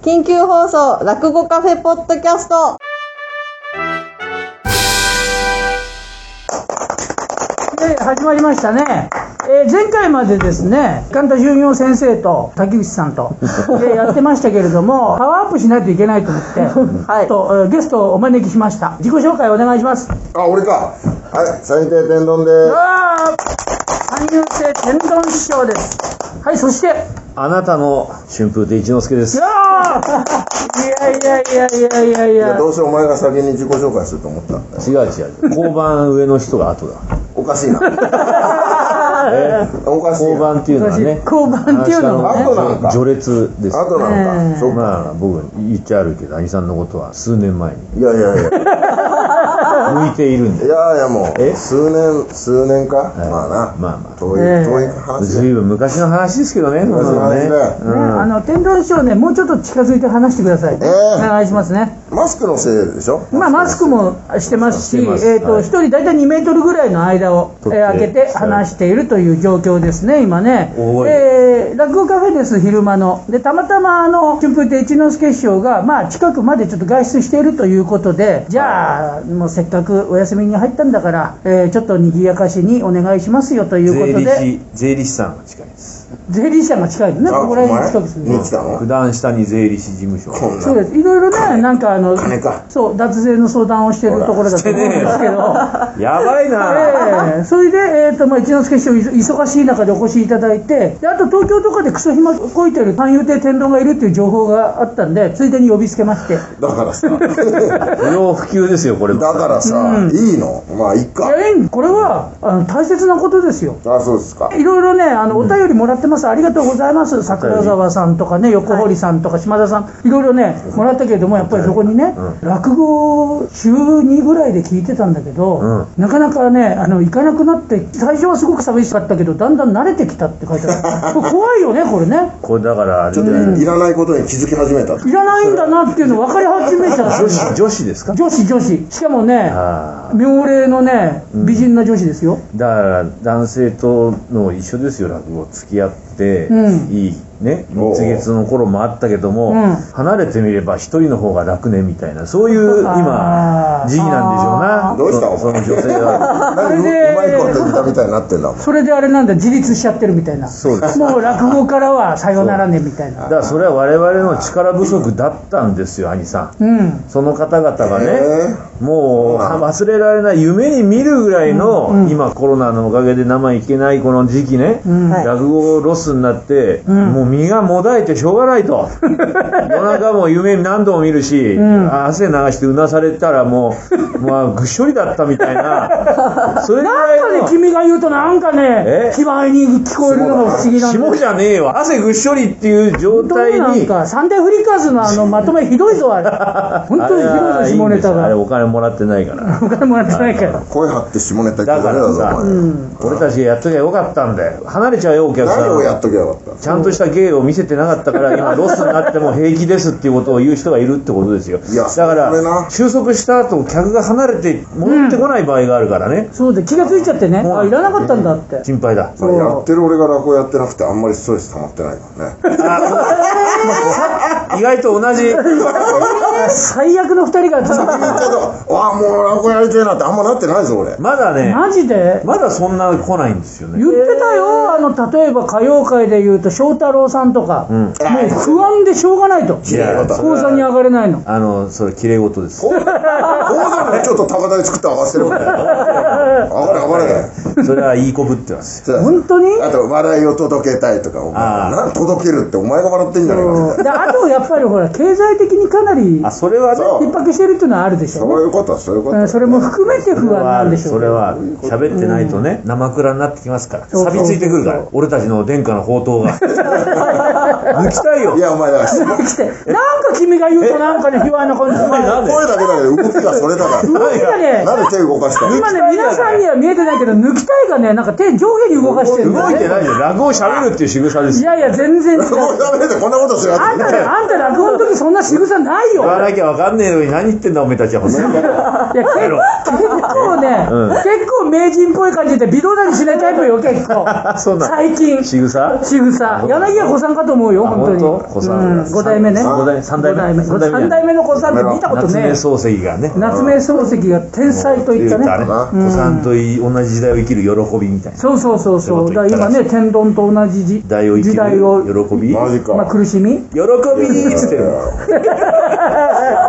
緊急放送落語カフェポッドキャストで始まりましたね、えー前回までですね神田純陽先生と滝口さんとでやってましたけれどもパワーアップしないといけないと思って、はいとえーゲストをお招きしました自己紹介お願いしますあ、俺か。はい、最低天丼でうわー三遊亭天丼師匠ですはいそしてあなたの春風亭一之輔でうす。わーいやいやいやいやいやいす。いや、やどうせお前が先に自己紹介すると思った。違う違う。交番上の人が後だ。おかしいな。え おかしい交な。番っていうのはね。交番っていうのはねあの序列です。あとなんええか。そうか。まあ僕言っちゃあるけど、兄さんのことは数年前にいやいやいや。向いているんいで。やいやもう、え数年、数年か。いまあな。まあまあ遠い、ええ遠い話だずいぶん昔の話ですけどね、昔の話そんなのねね、あの天丼師匠ねもうちょっと近づいて話してください、えお願いしますねマスクのせいでしょまあ、マスクもしてますし、してますえーとはい1人大体2メートルぐらいの間を、え取ってー開けて話しているという状況ですね、今ね、おいえー落語カフェです、昼間の、でたまたまあの春風亭一之輔師匠が、まあ、近くまでちょっと外出しているということで、じゃあ、もうせっかくお休みに入ったんだから、えーちょっと賑やかしにお願いしますよということで、税理士、税理士さんが近いです。税理士さんが近いのね、あここおら前辺に近くですねに。来たの九段下に税理士事務所。こんそうなですいろいろね、なんかあの金か、そう、脱税の相談をしてるところだと思うんですけど、やばいなええそれで、えーとまあ、一之輔師匠い忙しい中でお越しいただいてであと東京とかでクソ暇こいてる三遊亭天丼がいるっていう情報があったんでついでに呼びつけましていだから さ不要不急ですよ、これもだからさいいのまあいっかやいいこれはあの大切なことですよあそうですかいろいろねあのお便りもらってます、ありがとうございます桜沢さんとかね横堀さんとか島田さんいろいろねもらったけれどもやっぱりそこにね、落語を週2ぐらいで聞いてたんだけど、うんなかなかねあの行かなくなって最初はすごく寂しかったけどだんだん慣れてきたって書いてある これ怖いよねこれねこれだからあれちょっといらないことに気づき始めたいらないんだなっていうの分かり始めちゃ女う子、女子ですか女子女子しかもねあ妙齢のね美人な女子ですよ、だから男性との一緒ですよ落語付き合って、うんいいねおう蜜月の頃もあったけども、うん離れてみれば一人の方が楽ねみたいなそういうあ今ー時期なんでしょうなどうしたそおその前女性は何うそれでうまいこと言ったみたいになってんだもんそれであれなんだ自立しちゃってるみたいなそうですもう落語からはさよならねみたいだなからそれは我々の力不足だったんですよ兄さんうんその方々がね、えもうは忘れられない夢に見るぐらいの、今コロナのおかげで生いけないこの時期ね、はい落語ロスになって、もう身がもだえてしょうがない と夜中も夢何度も見るし、汗流してうなされたらも う、まあ、ぐっしょりだったみたいなそれぐらいなんかねの君が言うとなんかねえ気前に聞こえるのが不思議なんだ霜じゃねえわ汗ぐっしょりっていう状どう態なんにかサンデーフリーカーズのあのまとめひどいぞあれ本当にひどいぞ下ネタあれはいいんですよあれがお金もらってないからお金もらってないから声張って下ネタ言っだてダかメだらぞさ、お前俺たちがやっときゃよかったんだよ離れちゃうよお客さ何をやっんときゃよかったちゃんとした芸を見せてなかったから今ロスになっても平気ですっていうことを言う人がいるってことですよいやだかそれなら収束した後客が離れて戻ってこない場合があるからね、そうで気がついちゃってねもうあいらなかったんだって心配だまあやってる俺が落語やってなくてあんまりストレス溜まってないからね意外と同じ最悪の二人がずっと言うけど、わあ、もう落語やりてえなってあんまなってないぞ、俺。まだねマジでまだそんな来ないんですよね言ってたよあの例えば歌謡界で言うと翔太郎さんとかもう不安でしょうがないといやそ高座に上がれないのあのそれ綺麗事です大座もちょっと高台作って上がってるもんね。上がれ上がれ。それはいいこぶってますそう本当にあと、笑いを届けたいとか、お前ああなん届けるってお前が笑ってんじゃねえかみたいな。であとやっぱりほら経済的にかなりあそれはねそう逼迫してるっていうのはあるでしそょういうこと、そういうこうね、うと。ん、それも含めて不安なんでしょそうれね は喋ってないとね生蔵になってきますからそうそう錆びついてくるから俺たちの殿下の宝刀が抜きたいよいや、お前だから、来てなんか君が言うとなんかね卑猥な感じお前なんで声だけだけど、動きがそれだか今ね ら。なんで手動かしたの 今ね皆さんには見えてないけど抜きたいがねなんか手上下に動かしてるんだ 動いよてねないよ落語を喋るっていう仕草です いやいや全然違うもうやめて、こんなことしなあくんてたねあんた落語の時そんなな仕草ないよ言わなきゃわかんねえのに何言ってんだおめえたちは。いや、結構ね、うん結構名人っぽい感じで微動だにしないタイプよ、結構。 そうなの最近。仕草仕草。柳家小さんかと思うよ、あ本当に。本当小さん5代目ね。三五代三代目五代目。三代目三代目の小さんって見たこと夏ね目。漱石がね。夏目漱石が天才といったね。う子さんとい同じ時代を生きる喜びみたいな。そうそうそうそう。だから今ね、天丼と同じ時時代を生き時代を、る喜び。マジか。まあ苦しみ。喜びーっつって る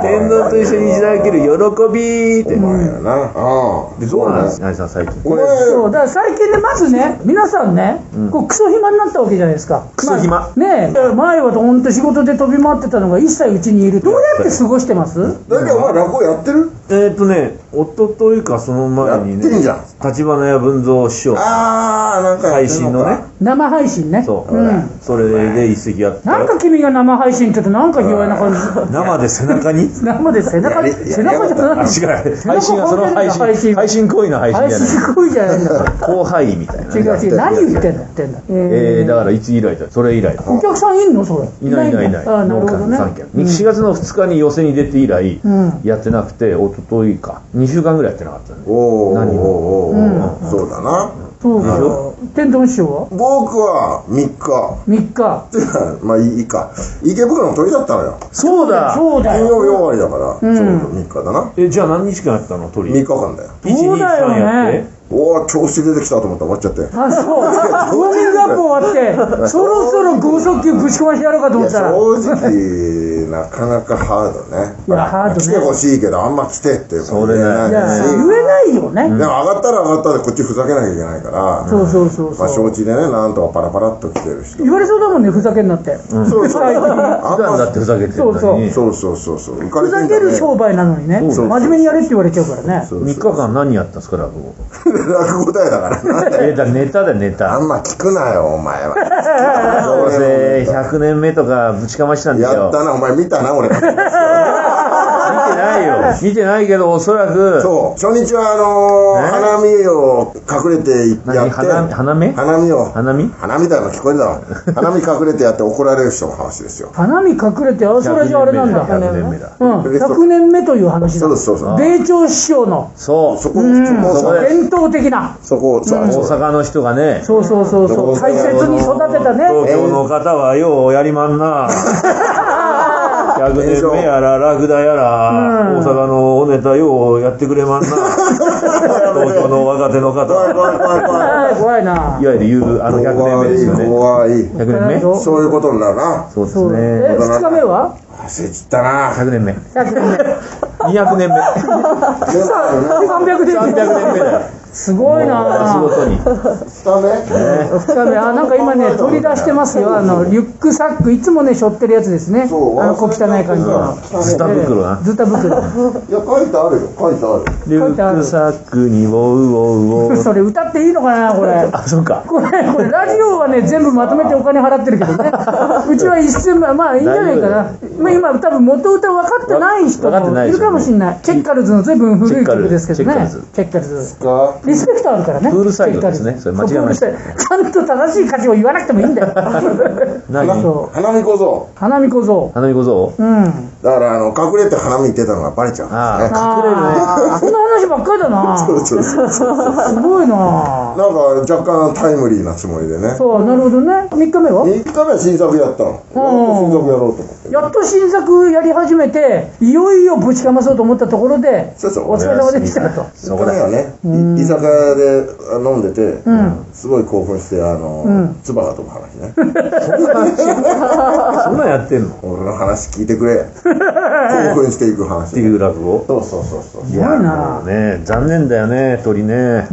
天皇と一緒に時代を生きる喜びーって。お前やな。ああ。で、どうなんですかか、さん、最近。これ、そう、だから最近でまずね、皆さんね、こうクソ暇になったわけじゃないですか。クソ暇まあねえ、前はほんと仕事で飛び回ってたのが一切うちにいる。どうやって過ごしてますだけどお前落語やってるえーっとね、一昨日かその前にやってんねじゃん、立花屋文蔵師匠、ああ、なんかや配ってん信のかね、生配信ね。そう、ん。それで一席やったなんよ。か君が生配信って言うとなんか卑猥な感じ。生で背中に生で背中、いやいや背中じゃあ、ない。違う。配信がその配配信信、配信行為の配信配じゃない。信行為じゃないんだから。後輩みたいな違うね。違う。何言ってんだってんだ。えー、だからいつ以来だそれ以来だ。お客さんいんのそれ。いないいないいない。んだあー、なるほどね。農家の三軒4月の2日に寄せに出て以来ん、やってなくて、一昨日か。2週間ぐらいやってなかったね。おーおー何おーおーそうだな。そうか。天丼師匠は僕は3日。 ?3 日。てかまあいいか。池袋の鳥だったのよ。そうそうだ金よ。曜日終わりだから、ちょうど3日だな。え、じゃあ何日間やったの鳥。 3日間だよ。そうだよね1 2 3やっておお、調子出てきたと思ったら終わっちゃったよ。あ、そう。ウォーミングアップ終わって、そろそろ剛速球ぶち壊してやろうかとい思やったら。正直、なかなかハードね。いやハードね来てほしいけど、あんま来てって言それねいや、ないし。言えないよね。でも上がったら上がったでこっちふざけなきゃいけないから、そうそうそうまあ、そう。承知でね、なんとかパラパラっと来てる人。言われそうだもんね、ふざけんなって。そうそう。あ普ん段まだってふざけてるそうのそに。そうそうそうそう。浮かふれてざんけだるね。商売なのにね、そう真面目にやれって言われちゃうからね。そう3日間何やったんですか、落語。落語だよだからな。えー、だネタだよネあタ。んま聞くなよ、お前は。どうせ100年目とかぶちかましたんですやよっ。たな、お前見たな、俺。見てないよ。見てないけど、おそらく、そう。初日は、あのねー、花見を隠れてや何って。花花目花見を。花見花見だよ、聞こえたわ。花見隠れてやって怒られる人の話ですよ。花見隠れて、あ、それじゃあれなんだ。 100年目だうん、100年目という話だそう。です、そうです。米朝師匠のそう。そこ、そこ、そそここで伝統的な、そこ、そ大こ、そこ。阪の人がね、そうそうそうそどうう、ぞ大切に育てたね。東京の方はようやりまんな。100年目やら、ラクダやら、大阪のおネタようやってくれ まんな。東京の若手の方怖い怖は、。い怖い怖い。はい怖いないわゆる言う、あの100年目ですよね。怖い怖い。 100年目そういうことになるな。そうでそすうえ、ね。 2日目は焦っちったな。 100年目。 ?100 年目。 200年目。でもあるな300年目。 300年目だよ。すごいな 仕事に。二目2日目あ なんか今ね取り出してますよあのリュックサックいつもね背負ってるやつですねあそうの小汚い感じのズタ袋な。ズタ袋いや、書いてあるよ、書いてある。リュックサックにウォウウォウウォウ。 それ歌っていいのかなこれ あ、そうか。これこれラジオはね全部まとめてお金払ってるけど ねうちは一千万まあいいんじゃないかなまあ今多分元歌分かってない人分かってなもいいでるすよねかもしれないチェッカルズの随分古い曲ですけどねチェッカルズかリスペクトあるからねプールサイドですねチェッカそれ間ル違ズいないそうプールサイドちゃんと正しい歌詞を言わなくてもいいんだよ 何そう花見小僧。花見小僧花見小僧うんだから、あの、隠れて花見行ってたのがバレちゃうんですね。あ隠れるねあーそんな話ばっかりだな。そう そうそうすごいな。なんか、若干タイムリーなつもりでね。そう、なるほどね。3日目は3日目は新作やったの。やっと新作やろうと思って。やっと新作やり始めて、いよいよぶちかまそうと思ったところで、そうそうお疲れ様でしたと。そここだだよよね。い居酒屋であ飲んでて、すごい興奮して、あの、唾が飛ぶ話ね。そんなんやってんのっ俺の話聞いてくれ。興奮していく話て。いう落語そうそうそうそう。いごいなもうね残念だよね鳥ね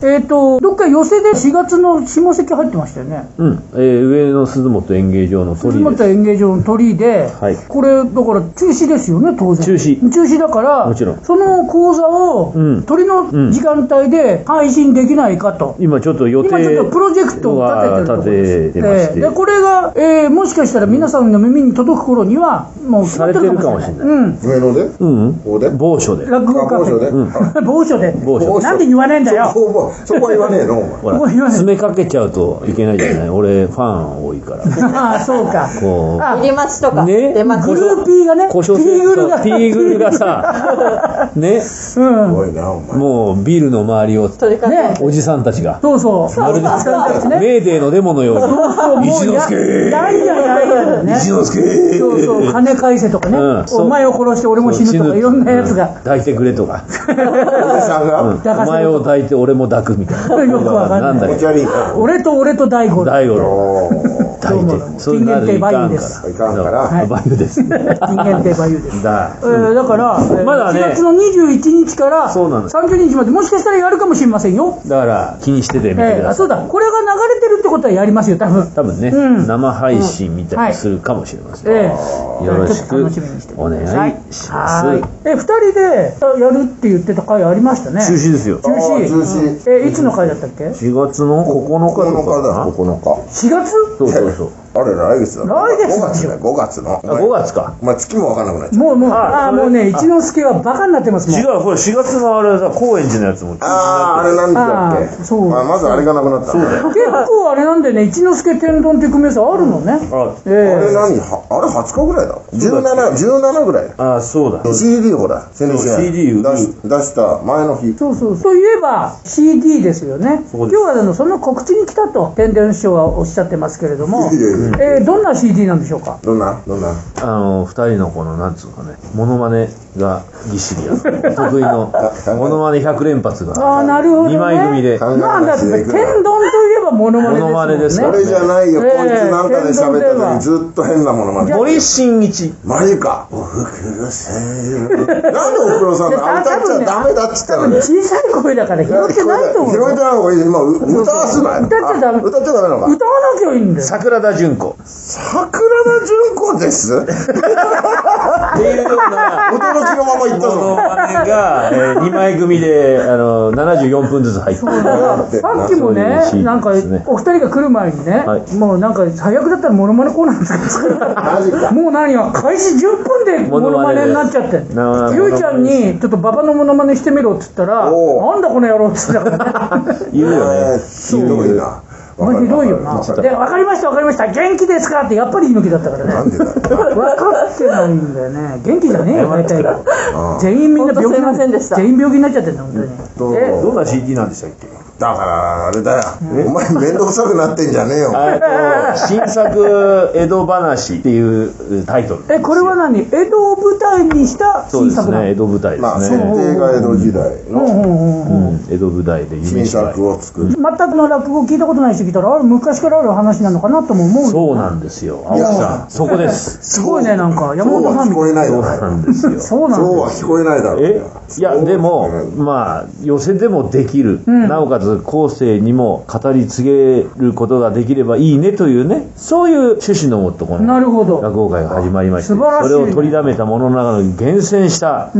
えっ、と、どっか寄せで4月の下関入ってましたよね。うん、えー上野鈴本演芸場の鳥辻居本です演芸場の鳥居で、はいこれ、だから中止ですよね、当然。中止中止だから、もちろんその講座を、うん鳥の時間帯で配信できないかと。今ちょっと予定今ちょっとプロジェクトを立ててるところですは立ててましえてえでこれが、えーもしかしたら皆さんの耳に届く頃にはもう決まってるかもしれないされてるかもしれないうん上野でうんここで某所で落語カあフ某所でェうん某所で某所なんで言わねえんだよそこそそこは言わねえのお前ほらもう言わない詰めかけちゃうといけないじゃない俺ファン多いから ああ、そうか。こうあ入り待ちとかね出待グちルとーピーがね、故障ピーグルそが。うピーグル がさねすうん。ごいなお前もうビルの周りを取り囲んでねおじさんたちがそうそう。まるでメーデーのデモのように一之輔やんやんやんやんだね。一之そう輔そう、金返せとかね、うんそうお前を殺して俺も死ぬとか、いろんなやつうんが、抱いてくれとかおじさんが、お前を抱いて俺も抱くみたいなよくわかんなんなだい。よ気持ち悪いな俺と俺と大悟だ。大五郎おー抱いどうもてそういうのあるとい人間かんってバイユでかすらいかんから、あバイユです人間ってバユです。だえーだから、えーまだね1月の21日からそうなんです30日まで、もしかしたらやるかもしれませんよ。だから気にしててみてえくーあださそいうだ、これが流れてるってことはやりますよ、多分。多分ねうん生配信みたいはないするかもしれませんええよろしちょっとく楽しみにしててお願いくださしはますいえ二人であやるって言ってた回ありましたね中止ですよ中止あー中止えいつの回だったっけ4 4月の9日とかかな9日だ9日月そうそうそうあれ来月だ来月5月ね5月のあ5月かお前月も分かんなくなっちゃうもうもうあああそれもうね一之輔はバカになってますもん違うこれ4月のあれさ高円寺のやつも中止にああなあってれなんだっるあーけそうまあ、まずあれがなくなったそうだよ結構あれなんでね一之輔天丼って組み合わせあるのねあえあれえ何はあれ20日ぐらいだ17 17ぐらいだあそうだ CD ほら先日そう CD 売る出し出した前の日そうそうといえば CD ですよねそう今日はですあのその告知に来たと天丼師匠はおっしゃってますけれどもいやいやいえーどんな CD なんでしょうかどんなどんなあの2人のこのなんつうかねモノマネがぎっしりあるお得意 のモノマネ100連発ああがなるほどね2枚組で考えまあだって話でいくな天丼といえばモノマネですもんねモノマネです俺じからゃないよ、ええこいつなんかで喋った時にずっと変なものまで森進一マジかおふくろさんよなんでおふくろさ んのあ歌っちゃダメだっつった多の分に小さい声だから拾ってないと思う拾えよてない方がいい今うそう歌わすなよ歌っちゃダメあ歌っちゃダメなのか 歌わなきゃいいんだよ桜田淳子桜田淳子です っていうような驚きのまま言モったノぞマネが、え2枚組であの74分ずつ入ってるさっきもねそういうなんか CD ですねお二人が来る前にね、はいもうなんか最悪だったらモノマネコーナー作ったらマジかもう何よ開始10分でモノマネになっちゃってモノマネですゆうちゃんにちょっと馬場のモノマネしてみろっつったらおうなんだこの野郎っつったからねいるよえねーひどいなまあひどいよなわかで「る分かりました分かりました元気ですか?」ってやっぱり猪木だったからね なんでだよ分かってないんだよね元気じゃねえよ大体が全員みんな病気な本当すいませんでした全員病気になっちゃってんだ本当にどうえどんな CD なんでしたっけだからあれだよお前面倒くさくなってんじゃねえよあと 新作「江戸話」っていうタイトルえこれは何江戸を舞台にしたそう新です作なのね江戸舞台でまあす設ね、定が江戸時代のうん江戸舞台で夢新芝居作を作る全くの落語聞いたことない人来たらあれ昔からある話なのかなとも思うよそうなんですよ青木さんそこですすごいねなんか山そ本うはさんみたい聞こえない そうだなろんですよそうなんだそうは聞こえないだろえいやでもそうねまあ寄せでもできる、なおかつ後世にも語り継げることができればいいねというねそういう趣旨のもとこのなるほど落語会が始まりまして素晴らしいねそれを取りだめたものの中の厳選した、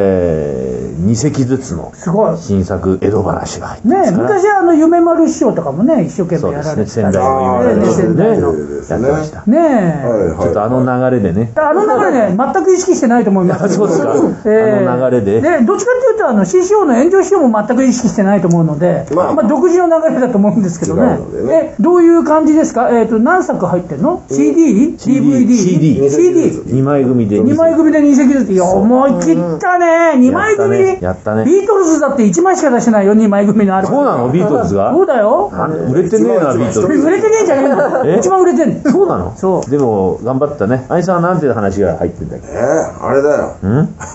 えー、2席ずつのすごい新作江戸話が入ってねますから、昔はあの夢丸師匠とかもね一生懸そう命でやらすれねて仙た台ねの夢ね仙台のやってました、ねはいえはいちょっとあの流れでねあの中でね全く意識してないと思います そうですかあの流れでねどっちかっていうとあの CCO の炎上師匠も全く意識してないと思うので、ままああ独自の流れだと思うんですけど違ねうのでねえどういう感じですか、えー、と何作入ってんの CD? DVD? CD CD 2枚組で2枚組で2席ずついや思い切ったね2枚組やったねやったねビートルズだって1枚しか出してないよ2枚組のあれそうなのビートルズがそうだよあ売れてねえなビート売ルズれてねえんじゃねえんだよえ一番売れてんねんそうなのそうでも頑張ったねあいさんはなんて話が入ってんだっけえーあれだよ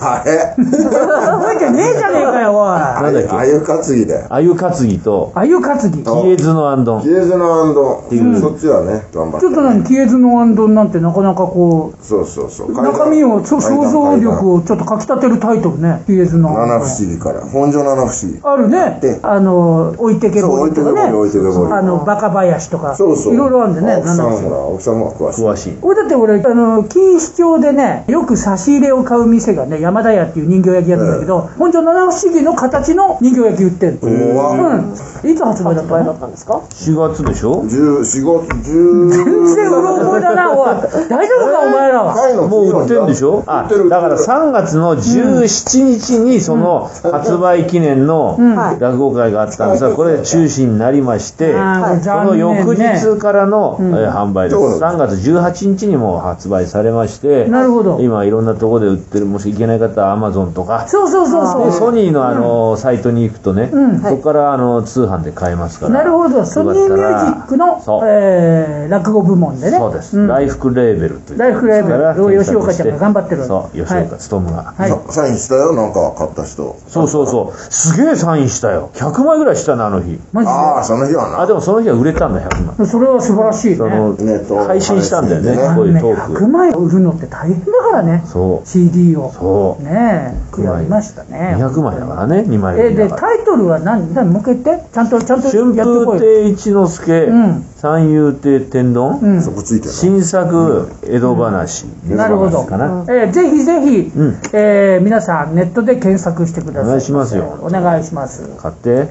あれ覚えてねえじゃねえかよおいあなんだっけあゆ担ぎだよあゆ担ぎとあゆ担ぎ比叡津のあんどんヒエズのアンドそっちはね頑張ってちょっと何、消えずのアンドンなんてなかなかこそうそうそうう、中身を、そ階段想像力をちょっとかきたてるタイトルね、消えずの階アン段ドン七不思議から本所七不思議あるねで、あの、置いてけぼりとかね、そう置いてけぼり置いてけぼりあの、バカ林とか、そうそういろいろあるんでね、奥さん七不思議は奥さんは詳しい詳しい俺だって俺、あの、錦糸町でね、よく差し入れを買う店がね、山田屋っていう人形焼き屋なんだけど、本庄七不思議の形の人形焼き売ってる。怖っうん。いつ発売だっ発た売だっのたんですか4月でしょ10 4月全然う10ろ覚えだな、おい。大丈夫か、お前らは。回のもう売ってるんでしょ売あってるだから3月の17日にその発売記念のはい落語会があったんですがこれで中止になりましてあーこれその残念ね翌日からの、えー販売ですそう3月18日にも発売されましてなるほど今いろんなところで売ってるもし行けない方は Amazon とかそうそうそうそうで。ソニーのあのサイトに行くとね、うんそこからあの通販で買えますからなるほど、ソニーミュージックのそう、えー、落語部門でね。そうです、んライフクレーベルというライフクレーベルから検索吉岡ちゃんが頑張ってるそう吉はい岡勉が、はい。サインしたよなんか買った人そうそうそうすげえサインしたよ100枚ぐらいしたなあの日マジああその日はあなでもその日は売れたんだ100枚で。それは素晴らしいね。そのネット配信したんだよね配信でねこういうトー100ク枚売るのって大変だからね。そう CD を。そうねえ、やりましたね。 200枚だからね2枚え、組だで、からタイトルは何何もう一回言って。ちゃんと、ちゃんとやっ春てこ風いよ。亭一之輔、うん三遊亭天丼、うん。そこついてる新作江戸話、なるほど。かなえーぜひぜひ、うんえー皆さんネットで検索してください。お願いしますよお願いします。買って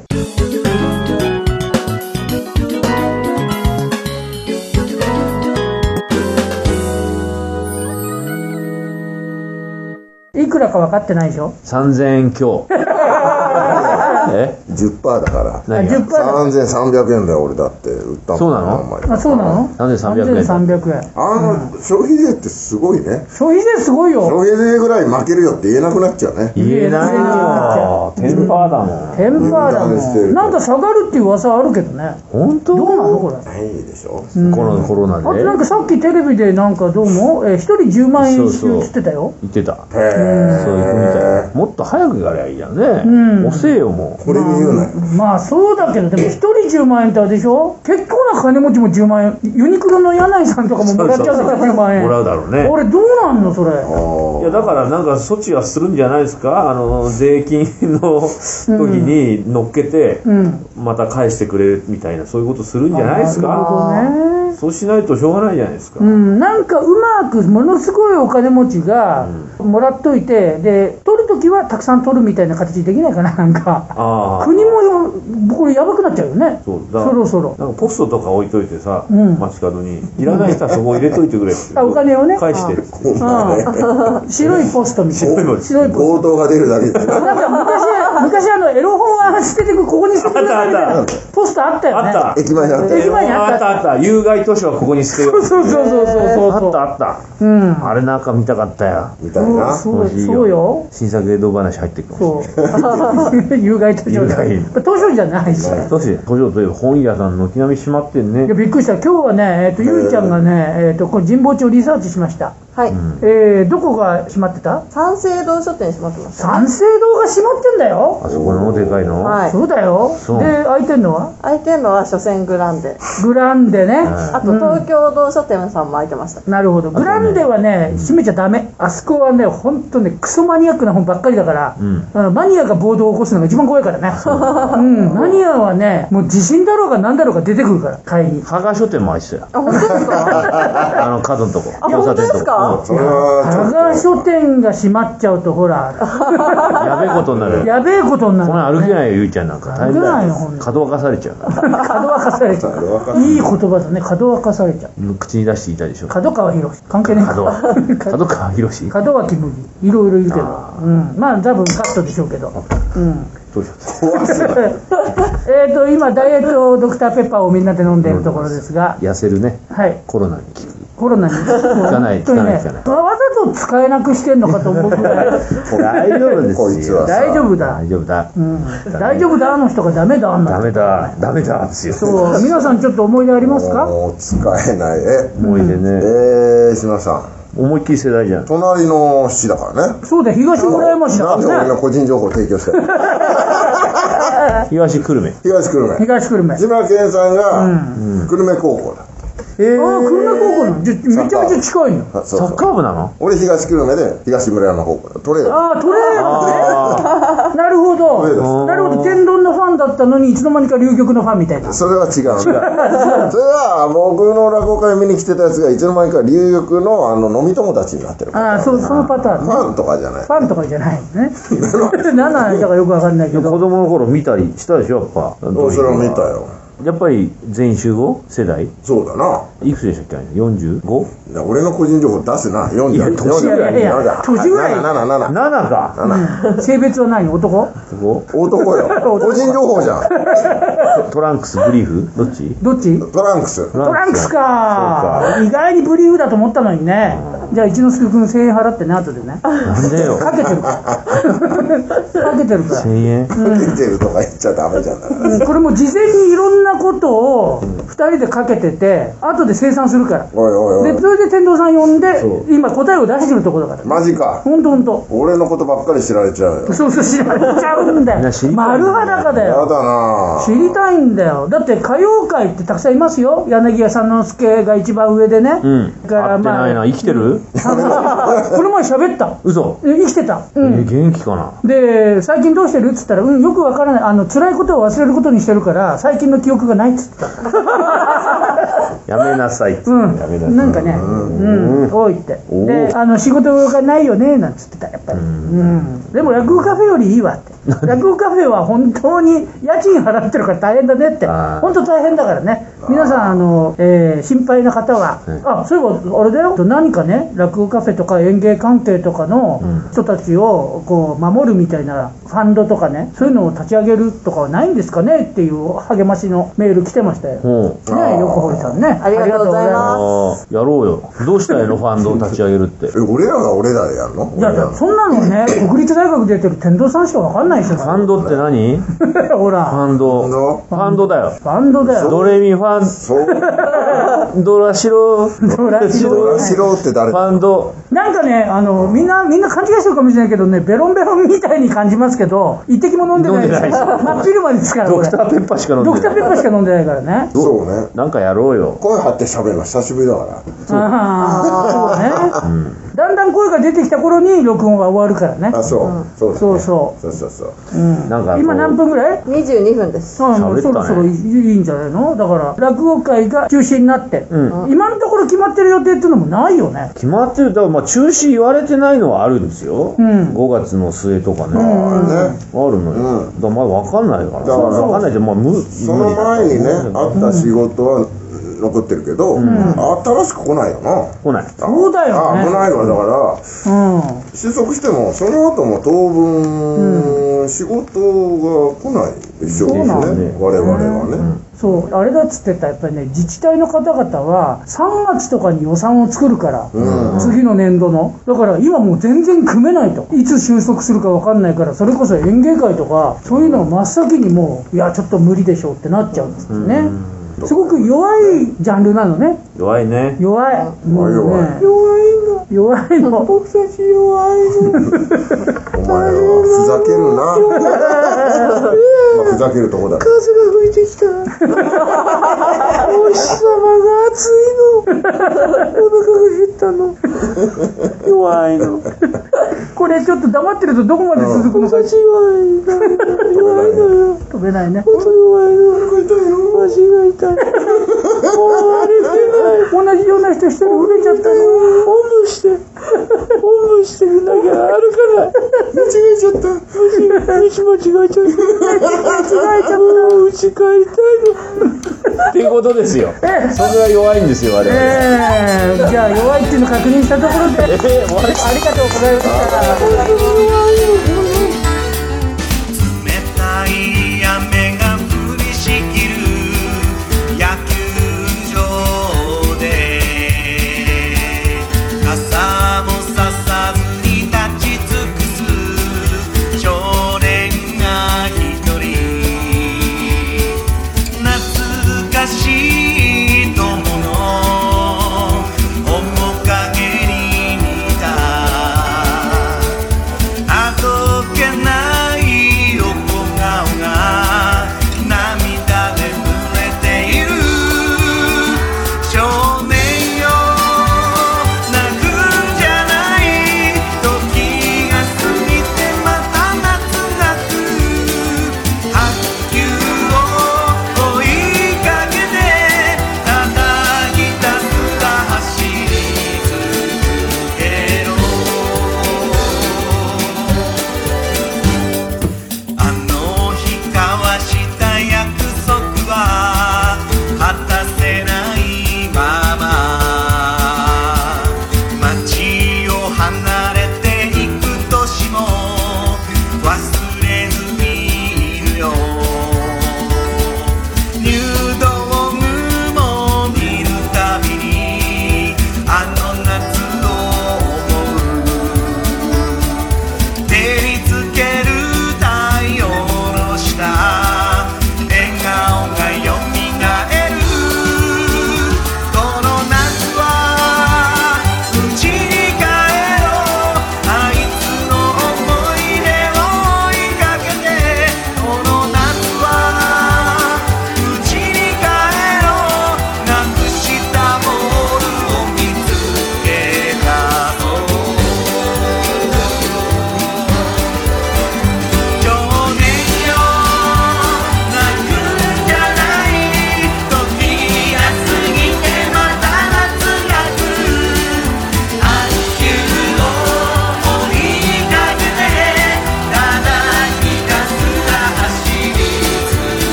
いくらか分かってないでしょ3000 円強え10%だからあ何が10%だ。 3300円だよ俺だって売ったもんそうなのあんまりあ、そうなの3300円3300円。あの消費税ってすごいね消費税すごいよ。消費税ぐらい負けるよって言えなくなっちゃうね言えないよテンパーだもんテンパーだ値段してるもけん。どなんか下がるっていう噂あるけどね。本当どうなのこれ。あないでしょこのコロナとでなんかさっきテレビでなんかどうも、えー、1人10万円支給っつってたよ。言ってたへそういうみたいえもっと早くやりゃいいやね、うん遅えよもこれに言うなよまあそうだけど、でも1人10万円ってあれでしょ結構な金持ちも10万円。ユニクロの柳井さんとかももらっちゃうから10万う円。もらうだろうね俺どうなんのそれ。いやだからなんか措置はするんじゃないですかあの税金の時に乗っけてうん。また返してくれるみたいなそういうことするんじゃないですなるかほどね。そうしないとしょうがないじゃないですか、うん、なんかうまくものすごいお金持ちがもらっといて、で取るときはたくさん取るみたいな形にできないかななんかああ国もこれやばくなっちゃうよねそうだそろそろなんかポストとか置いといてさ、うん街角にいらない人はそこ入れといてくれってあお金をね返してっつってこんなねうん白いポストみたい白いなポスト白いポス強盗が出るだけでトなんか昔昔あのエロ本は捨ててくここに捨ててくみたあいなったポストあったよねあった駅前にあった駅前にあったあったあった有害図書はここに捨てよそううそうそうそうそうそうあったあったうんあれなんか見たかったやみたいなそう欲しいそうよ新作江戸話入ってくるかもしそう 有害図書有害図書じゃないしれない都市図書という本屋さん軒並み閉まってんいねやびっくりした今日はね、えー、とゆいちゃんがね、えー、とこの神保町リサーチしました、はい。えー、どこが閉まってた三省堂書店閉まってました。三省堂が閉まってんだよあそこのでかいの、はいそうだよそうで開いてんのは開いてるのは書店グランデ。グランデね、あと東京堂書店さんも開いてました。なるほどグランデはね閉めちゃダメあそこはね本当ねクソマニアックな本ばっかりだから、んあのマニアが暴動を起こすのが一番怖いからね、うん、マニアはねもう地震だろうが何だろうが出てくるから買いに加賀書店も開いてたよあ、本当ですかあの角のとこあ本当ですかそれは加賀書店が閉まっちゃうとほらうん やべえことになるよやべえことになこる、ね、の辺歩けないよゆいちゃんなんか大歩変けなだいよほんよと角沸かされちゃうから角沸かされちゃちょっとあれわかんう。いい言葉だね、角沸かされちゃう。口に出していたでしょ角川博士、関係ねえ角は角川博士角脇麦、いろいろいるけど、うん、まあ多分カットでしょうけど、 うん、どうしよう怖すぎるえっと今ダイエットドクターペッパーをみんなで飲んでいるところですが、痩せるねはい、コロナに効くコロナに効かない本当にね効かない効わざと使えなくしてんのかと思う ぐらい、大丈夫ですよこいつはさ大丈夫だ大、丈夫だ、うん、大丈夫だあの人がダメだあんダな。メだダメだですよそう、皆さんちょっと思い出ありますか？もう使えないえ思い出ね、えー、島さん思いっきり世代じゃん隣の市だからねそうだよ、東村山市だなんでか俺らね。の個人情報提供してるの東久留米東久留米東久留米。志村けんさんが久留米高校だえーああ、久留米高校なの。じゃめちゃめちゃ近いの。あそうサそッうカー部なの俺東久留米で東村山高校トレードああ、トレード ね。なるほトレーど。ドなるほど。天丼のファンだったのに、いつの間にか龍玉のファンみたいな。それは違うのそれは僕の落語会見に来てたやつがいつの間にか流玉のあの飲み友達になってるああ、そう、そのパターンフね。ァンとかじゃないファンとかじゃないの ね。何の話だかよくわかんないけ子ど。供の頃見たりしたでしょやっぱそれは見たよやっぱり全員集合世代そうだないくつでしたっけ ?45?7 いや俺の個人情報出すな40いや年ぐらいいやいや年ぐらい77か性別はないの男すご男よ個人情報じゃんトランクスブリーフどっちどっちトランクストトランクスかそう意外にブリーフだと思ったのにね。じゃあ、一之輔君1000円払ってね、後でね。かなんでよかけてる から。かけてるから。 1000円かけてるとか言っちゃダメじゃんだからうんこれも事前にいろんなことを2人でかけてて後で清算するからでおいおいおいそれで天童さん呼んでそう今答えを出してるところだからマジかほんとほんと俺のことばっかり知られちゃうよそうそう知られちゃうんだいよや知りたい丸裸だやよだな知りたいんだよだって歌謡界ってたくさんいますよ柳家三之助が一番上でねうんだから合ってまないなあ生きてるこの前喋った嘘え生きてたえうんー元気かなで最近どうしてるっつったら、うん、よくわからないあの辛いことを忘れることにしてるから最近の記憶がないっつってたやめなさいってうんやめなさいなんかね、うん、多いって。おで、あの、仕事がないよね、なんつってた、やっぱり。うん。でも、落語カフェよりいいわ って。落語カフェは本当に家賃払ってるから大変だねって。あー本当大変だからね。皆さん、あの、えー心配な方は、あ、そういえば、あれだよ。何かね、落語カフェとか園芸関係とかの人たちを、こう、守るみたいなファンドとかね、そういうのを立ち上げるとかはないんですかねっていう励ましのメール来てましたよ。ね、ほう横堀さんね。ありがとうございますあーやろうよどうしたらいいのファンドを立ち上げるってえ俺らが俺らでやるのいや俺らのそんなの ね、国立大学出てる天童さんしかわかんないでしょ。ファンドって何フほら、ァンドファンドファンドだよファンドだよ。ドレミファンそうドラシロドラシロドラ知ろうって誰フだァンドなんかね、あの、みんな、みんな勘違いしてるかもしれないけどね、ベロンベロンみたいに感じますけど、一滴も飲んでないです飲んでない真っ昼間ですから、ドこれク。ターペッパーしか飲んドクでターなペいッパーしか飲んでないからね。そうねなんかやろうよ声張って喋るの久しぶりだからああ、そうね。だんだん声が出てきた頃に録音は終わるからね。あそうそうそううそそうそうそうなんかこう。う今何分ぐらい22分です。あもう喋ったそねろそろいいんじゃないのだから落語会が中止になって、う今のところ決まってる予定っていうのもないよね決まってるだからまあ中止言われてないのはあるんですよ、ん5月の末とかね、あまあねるのよ、うだからまあ分かんないからだから分かんないじゃんまあ無その前にねああった仕事は残ってるけど新しく来ないよな来ないそうだよねあ来ないからだからうん就職してもその後も当分仕事が来ないでしょうねそうなんだよ我々はねそうあれだっつってたやっぱりね自治体の方々は3月とかに予算を作るから、次の年度のだから今もう全然組めないといつ収束するか分かんないからそれこそ園芸会とかそういうのを真っ先にもういやちょっと無理でしょうってなっちゃうんですよね、すごく弱いジャンルなのね弱いね弱いもうね弱い弱いの僕たち弱いのお前はふざけるな まあふざけるとこだけ風が吹いてきたお日様が暑いのお腹が減ったの弱いのこれちょっと黙ってるとどこまで続くのか私弱いどね飛べないね本当弱いのお腹痛いの足が痛いもうあれ痛い同じような人一人増えちゃったのおんぶしておんぶしてくんなきゃ歩かない間違えちゃった道間違えちゃった間違えちゃったう家帰りたい っていうことですよえそれが弱いんですよ我々、えー、じゃあ弱いっていうの確認したところでありがとうございました。